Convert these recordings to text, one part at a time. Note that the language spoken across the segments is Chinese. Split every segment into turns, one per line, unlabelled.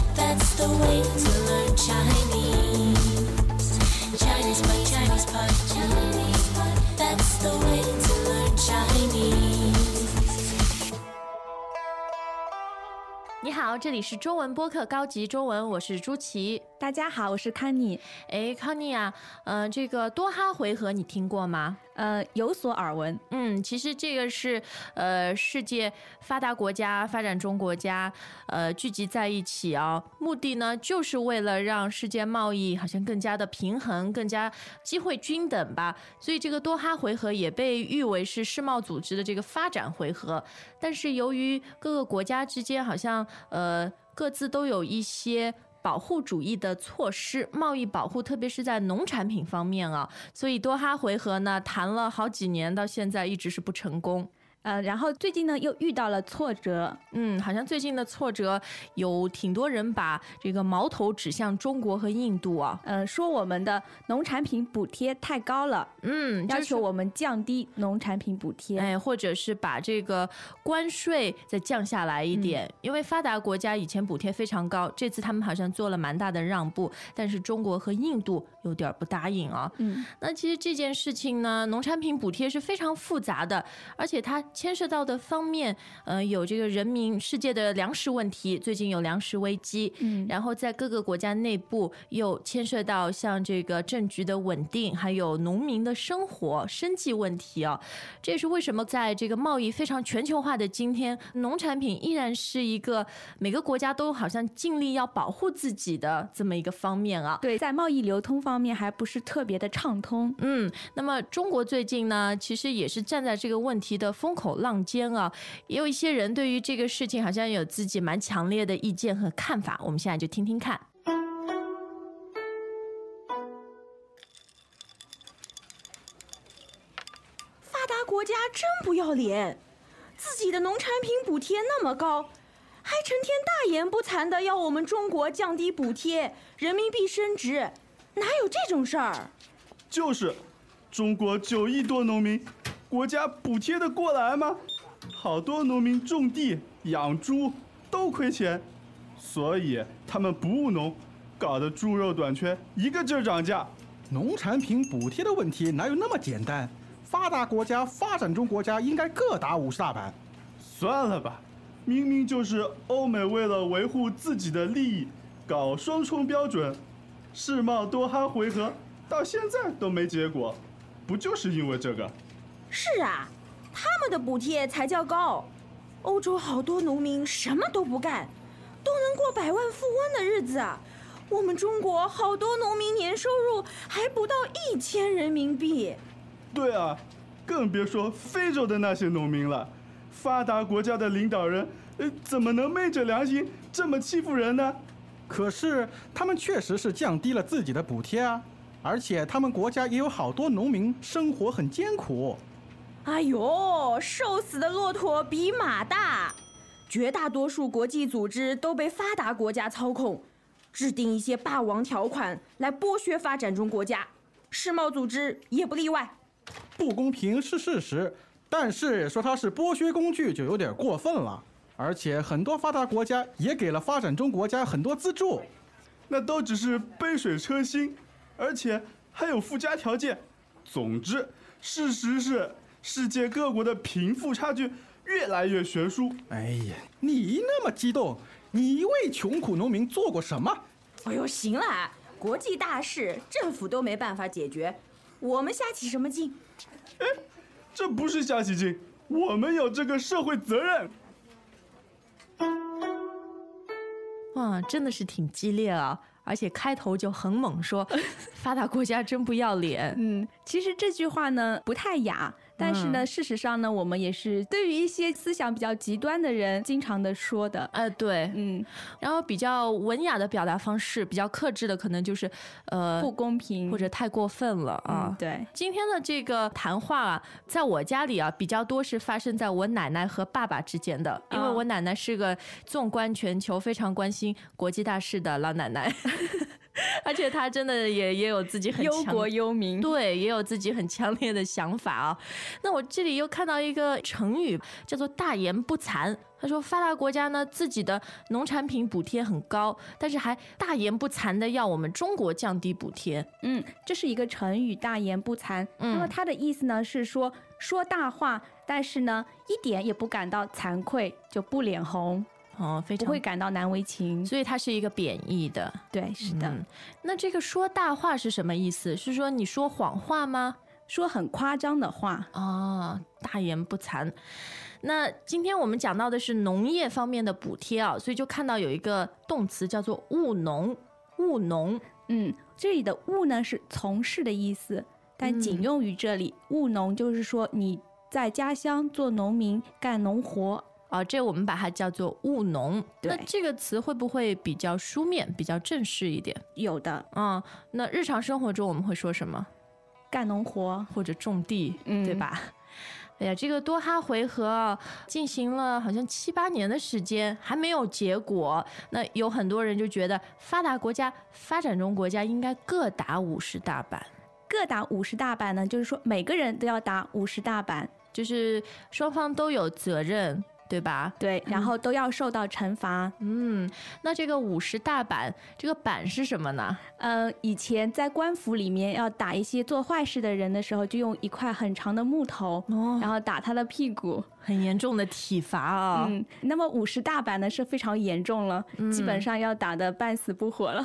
a way to learn Chinese. Chinese pot, Chinese pot, Chinese pot. That's the way to learn Chinese.
你好，这里是中文播客高级中文，我是朱琪。
大家好，我是康妮。
哎，康妮啊，呃，这个多哈回合你听过吗？
呃，有所耳闻。
嗯，其实这个是呃世界发达国家、发展中国家呃聚集在一起啊，目的呢就是为了让世界贸易好像更加的平衡、更加机会均等吧。所以这个多哈回合也被誉为是世贸组织的这个发展回合。但是由于各个国家之间好像呃各自都有一些。保护主义的措施，贸易保护，特别是在农产品方面啊，所以多哈回合呢谈了好几年，到现在一直是不成功。
呃，然后最近呢又遇到了挫折，
嗯，好像最近的挫折有挺多人把这个矛头指向中国和印度啊。
呃，说我们的农产品补贴太高了，
嗯，
要
就是
求我们降低农产品补贴。
哎，或者是把这个关税再降下来一点，
嗯
因为发达国家以前补贴非常高，这次他们好像做了蛮大的让步，但是中国和印度有点儿不答应啊。
嗯，
那其实这件事情呢，农产品补贴是非常复杂的，而且它牵涉到的方面，呃，有这个人民世界的粮食问题，最近有粮食危机，
嗯
然后在各个国家内部又牵涉到像这个政局的稳定，还有农民的生活生计问题啊，这也是为什么在这个贸易非常全球化的今天，农产品依然是一个每个国家都好像尽力要保护自己的这么一个方面啊。
对，在贸易流通方面还不是特别的畅通。
嗯，那么中国最近呢，其实也是站在这个问题的风口浪尖啊，也有一些人对于这个事情好像有自己蛮强烈的意见和看法，我们现在就听听看。
发达国家真不要脸，自己的农产品补贴那么高，还成天大言不惭的要我们中国降低补贴，人民币升值，哪有这种事儿？
就是，中国九亿多农民，国家补贴的过来吗？好多农民种地、养猪都亏钱，所以他们不务农，搞得猪肉短缺，一个劲儿涨价。
农产品补贴的问题哪有那么简单？发达国家、发展中国家应该各打五十大板。
算了吧，明明就是欧美为了维护自己的利益，搞双重标准，世贸多哈回合到现在都没结果，不就是因为这个？
是啊，他们的补贴才叫高。欧洲好多农民什么都不干，都能过百万富翁的日子啊。我们中国好多农民年收入还不到一千人民币。
对啊，更别说非洲的那些农民了。发达国家的领导人，呃，怎么能昧着良心这么欺负人呢？
可是他们确实是降低了自己的补贴啊，而且他们国家也有好多农民生活很艰苦。
哎呦，瘦死的骆驼比马大！绝大多数国际组织都被发达国家操控，制定一些霸王条款来剥削发展中国家，世贸组织也不例外。
不公平是事实，但是说它是剥削工具就有点过分了。而且很多发达国家也给了发展中国家很多资助。
那都只是杯水车薪，而且还有附加条件。总之，事实是世界各国的贫富差距越来越悬殊。
哎呀，你那么激动，你为穷苦农民做过什么？
哎呦，行了，国际大事政府都没办法解决，我们瞎起什么劲？
这不是瞎起劲，我们有这个社会责任。
哇，真的是挺激烈啊！而且开头就很猛说， 发达国家真不要脸。
嗯，其实这句话呢不太雅，但是
嗯
呢，事实上呢，我们也是对于一些思想比较极端的人经常的说的。
呃，对，
嗯，
然后比较文雅的表达方式，比较克制的可能就是，呃，
不公平
或者太过分了啊。
嗯，对。
今天的这个谈话啊，在我家里啊比较多是发生在我奶奶和爸爸之间的，因为
啊
我奶奶是个纵观全球、非常关心国际大事的老奶 奶，而且她真的也也有自己很
忧
强
国忧民。
对，也有自己很强烈的想法啊。那我这里又看到一个成语，叫做“大言不惭”。他说，发达国家呢自己的农产品补贴很高，但是还大言不惭的要我们中国降低补贴。
嗯，这是一个成语“大言不惭”。那么
嗯
它的意思呢是说说大话，但是呢一点也不感到惭愧，就不脸红，
哦，非
不
常
会感到难为情。
所以它是一个贬义的。
对，是的，
嗯那这个说大话是什么意思？是说你说谎话吗？
说很夸张的话。
哦，大言不惭。那今天我们讲到的是农业方面的补贴啊，所以就看到有一个动词叫做务农，务农。
嗯，这里的“务”呢是从事的意思，但仅
嗯
用于这里。务农就是说你在家乡做农民，干农活。
啊，这我们把它叫做务农。那
对
这个词会不会比较书面、比较正式一点？
有的
啊、那日常生活中我们会说什么？
干农活，
或者种地，
嗯
对吧？哎呀，这个多哈回合啊，进行了好像七八年的时间，还没有结果。那有很多人就觉得，发达国家、发展中国家应该各打五十大板，
各打五十大板呢，就是说每个人都要打五十大板，
就是双方都有责任，对吧？
对，然后都要受到惩罚。
嗯，那这个五十大板，这个板是什么呢？
呃，以前在官府里面要打一些做坏事的人的时候，就用一块很长的木头，
哦
然后打他的屁股。
很严重的体罚啊、
嗯，那么五十大板呢是非常严重了，基本上要打得半死不活了。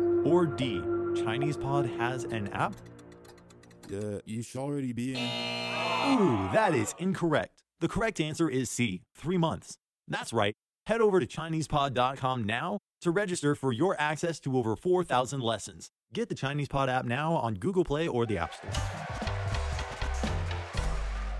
Or D, Chinese Pod has an app?
Uh, you should already be in.
Ooh, that is incorrect. The correct answer is C, three months. That's right. Head over to ChinesePod.com now to register for your access to over 4,000 lessons. Get the Chinese Pod app now on Google Play or the App Store.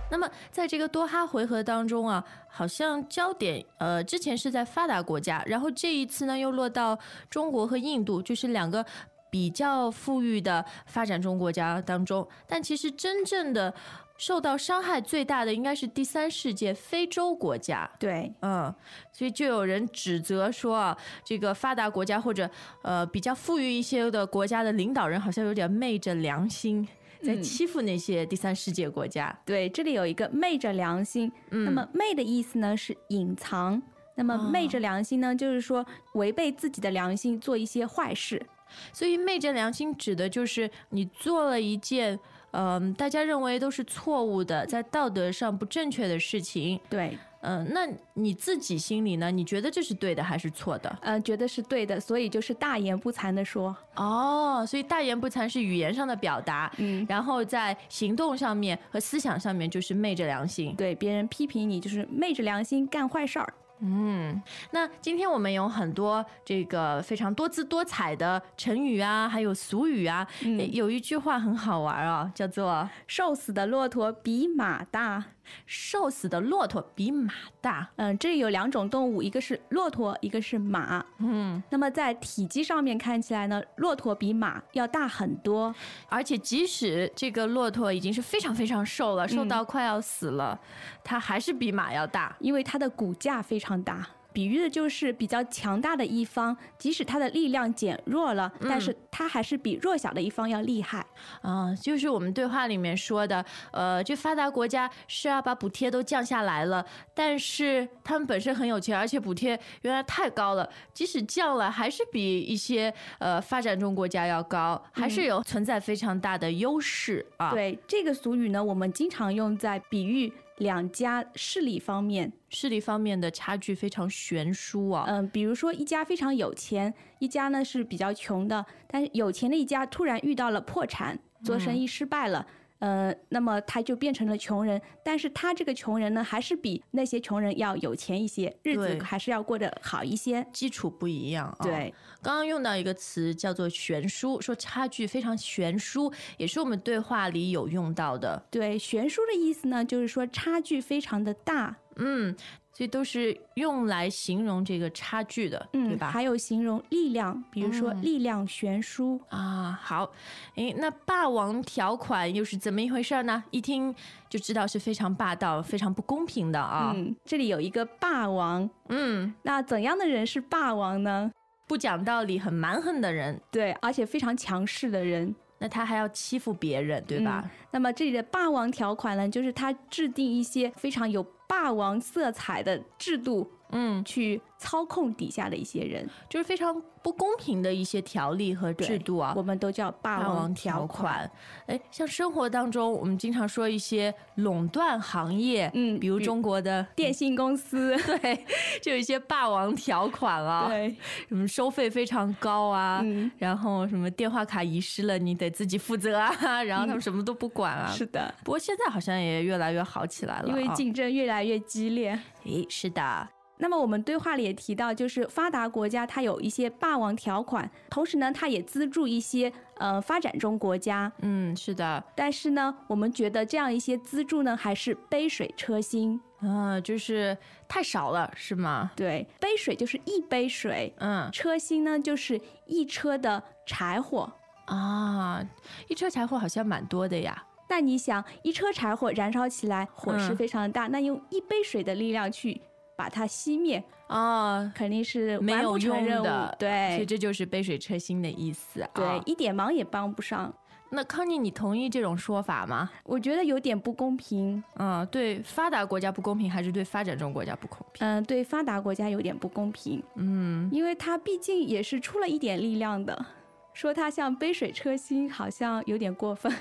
那么在这个多哈回合当中啊，好像焦点呃之前是在发达国家，然后这一次呢又落到中国和印度，就是两个。比较富裕的发展中国家当中，但其实真正的受到伤害最大的应该是第三世界非洲国家。
对，
嗯，所以就有人指责说啊，这个发达国家或者呃比较富裕一些的国家的领导人好像有点昧着良心，在
嗯
欺负那些第三世界国家。
对，这里有一个昧着良心。那么昧的意思呢是隐藏，那么昧着良心呢就是说违背自己的良心做一些坏事。
所以昧着良心指的就是你做了一件嗯、大家认为都是错误的，在道德上不正确的事情。
对，
嗯、那你自己心里呢？你觉得这是对的还是错的？
呃，觉得是对的，所以就是大言不惭的说，
哦，所以大言不惭是语言上的表达，
嗯
然后在行动上面和思想上面就是昧着良心。
对别人批评你就是昧着良心干坏事儿。
嗯那今天我们有很多这个非常多姿多彩的成语啊，还有俗语啊，诶有一句话很好玩啊，叫做
瘦死的骆驼比马大。
“瘦死的骆驼比马大
嗯、这里有两种动物，一个是骆驼，一个是马。嗯，那么在体积上面看起来呢，骆驼比马要大很多。”，
而且即使这个骆驼已经是非常非常瘦了，
嗯
瘦到快要死了，它还是比马要大。
因为它的骨架非常大。比喻的就是比较强大的一方，即使它的力量减弱了，但是它还是比弱小的一方要厉害。
啊、就是我们对话里面说的，呃，这发达国家是啊，把补贴都降下来了，但是他们本身很有钱，而且补贴原来太高了，即使降了，还是比一些呃发展中国家要高，还是有存在非常大的优势啊。，
嗯对这个俗语呢，我们经常用在比喻两家势力方面。
势力方面的差距非常悬殊啊。
嗯、比如说一家非常有钱，一家呢是比较穷的，但是有钱的一家突然遇到了破产，做
嗯
生意失败了。呃，那么他就变成了穷人，但是他这个穷人呢，还是比那些穷人要有钱一些，日子
对
还是要过得好一些。
基础不一样啊、
对，
刚刚用到一个词叫做悬殊，说差距非常悬殊，也是我们对话里有用到的。
对，悬殊的意思呢，就是说差距非常的大。
嗯，所这都是用来形容这个差距的，对
嗯，
吧？
还有形容力量，比如说
嗯
力量悬殊，
啊，好，诶，那霸王条款又是怎么一回事儿呢？一听就知道是非常霸道、非常不公平的啊。
嗯，这里有一个霸王，
嗯，
那怎样的人是霸王呢？
不讲道理、很蛮横的人，
对，而且非常强势的人。
那他还要欺负别人，对吧？
那么这里的霸王条款呢，就是他制定一些非常有霸王色彩的制度，
嗯，
去操控底下的一些人。
就是非常不公平的一些条例和
对
制度啊。
我们都叫霸
霸王
王
条
条款。
款，哎，像生活当中，我们经常说一些垄断行业，
嗯
比如
比
中国的
电信公司，
对， 就有一些霸王条款啊，
对，
什么收费非常高啊，
嗯
然后什么电话卡遗失了，你得自己负责啊， 然后他们什么都不管啊。
嗯是的，
不过现在好像也越来越好起来了、啊，
因为竞争越来越激烈。
诶，是的，
那么我们对话里也提到，就是发达国家它有一些霸王条款，同时呢，它也资助一些呃发展中国家。
嗯，是的，
但是呢，我们觉得这样一些资助呢，还是杯水车薪。
啊，就是太少了，是吗？
对，杯水就是一杯水，
嗯
车薪呢就是一车的柴火。
啊，一车柴火好像蛮多的呀。
那你想，一车柴火燃烧起来，火势
嗯
非常的大，那用一杯水的力量去把它熄灭，
啊，
肯定是
没
完
有
不成
用
任务
的，所以
对
这就是杯水车薪的意思啊。
对，，一点忙也帮不上。
那康妮，你同意这种说法吗？
我觉得有点不公平，
嗯，对发达国家不公平，还是对发展中国家不公平？
嗯、对发达国家有点不公平，嗯，因为它毕竟也是出了一点力量的，说它像杯水车薪，好像有点过分，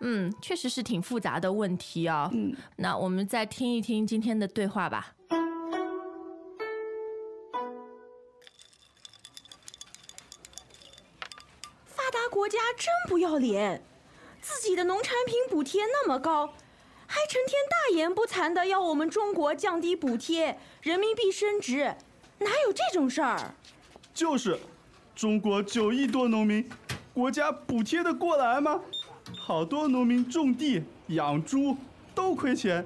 嗯，确实是挺复杂的问题啊、
嗯，
那我们再听一听今天的对话吧。
发达国家真不要脸，自己的农产品补贴那么高，还成天大言不惭的要我们中国降低补贴，人民币升值，哪有这种事儿？
就是，中国九亿多农民，国家补贴的过来吗？好多农民种地、养猪都亏钱，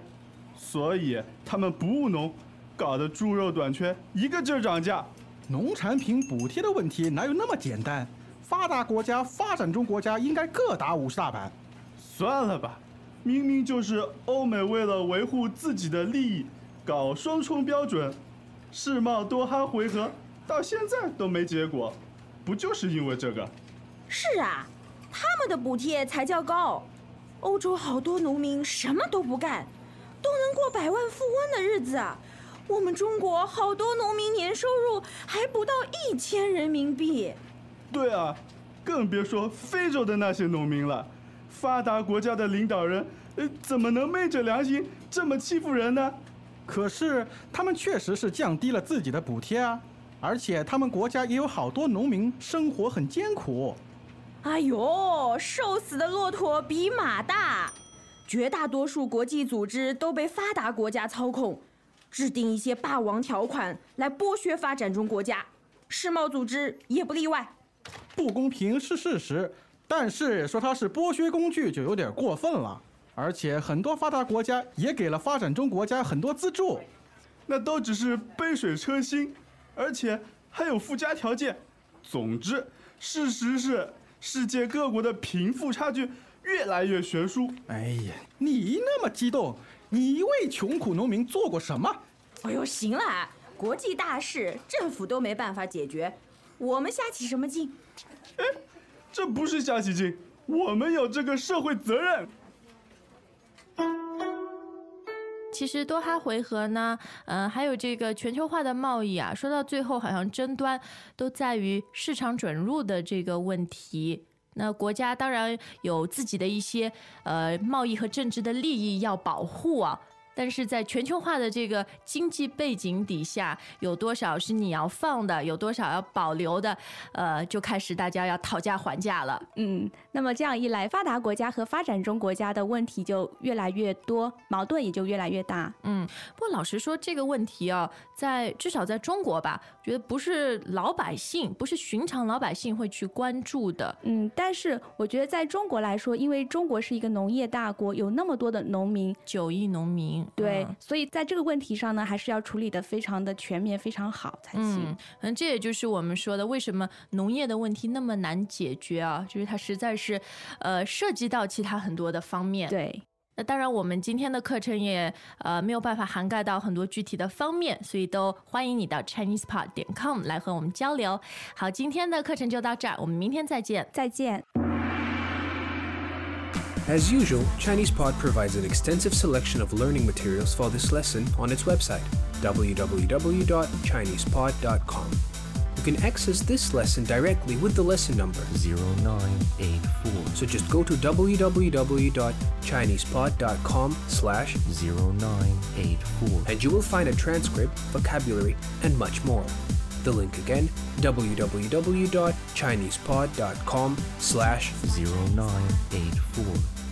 所以他们不务农，搞得猪肉短缺，一个劲儿涨价。
农产品补贴的问题哪有那么简单？发达国家、发展中国家应该各打五十大板。
算了吧，明明就是欧美为了维护自己的利益，搞双重标准，世贸多哈回合到现在都没结果，不就是因为这个？
是啊，他们的补贴才叫高。欧洲好多农民什么都不干，都能过百万富翁的日子啊。我们中国好多农民年收入还不到一千人民币。
对啊，更别说非洲的那些农民了。发达国家的领导人，呃，怎么能昧着良心这么欺负人呢？
可是他们确实是降低了自己的补贴啊，而且他们国家也有好多农民生活很艰苦。
哎呦，瘦死的骆驼比马大。绝大多数国际组织都被发达国家操控，制定一些霸王条款来剥削发展中国家，世贸组织也不例外。
不公平是事实，但是说它是剥削工具就有点过分了。而且很多发达国家也给了发展中国家很多资助。
那都只是杯水车薪，而且还有附加条件。总之，事实是世界各国的贫富差距越来越悬殊。
哎呀，你那么激动，你为穷苦农民做过什么？
哎呦，行了，国际大事政府都没办法解决，我们瞎起什么劲？
这不是瞎起劲，我们有这个社会责任。
其实多哈回合呢，呃，还有这个全球化的贸易啊，说到最后好像争端都在于市场准入的这个问题。那国家当然有自己的一些呃贸易和政治的利益要保护啊，但是在全球化的这个经济背景底下，有多少是你要放的，有多少要保留的，呃，就开始大家要讨价还价了。
嗯，那么这样一来，发达国家和发展中国家的问题就越来越多，矛盾也就越来越大。
不过老实说，这个问题啊，在至少在中国吧，觉得不是老百姓，不是寻常老百姓会去关注的。
嗯，但是我觉得在中国来说，因为中国是一个农业大国，有那么多的农民，
九亿农民，心。
对
嗯，
所以在这个问题上呢，还是要处理的非常的全面、非常好才行。
嗯，嗯，这也就是我们说的，为什么农业的问题那么难解决啊？就是它实在是，呃，涉及到其他很多的方面。
对，
那当然，我们今天的课程也呃没有办法涵盖到很多具体的方面，所以都欢迎你到 ChinesePod 点 com 来和我们交流。好，今天的课程就到这儿，我们明天再见。
再见。
As usual, ChinesePod provides an extensive selection of learning materials for this lesson on its website, www.chinesepod.com. You can access this lesson directly with the lesson number,
0984
so just go to www.chinesepod.com slash
0984
and you will find a transcript, vocabulary, and much more. The link again, www.chinesepod.com slash
0984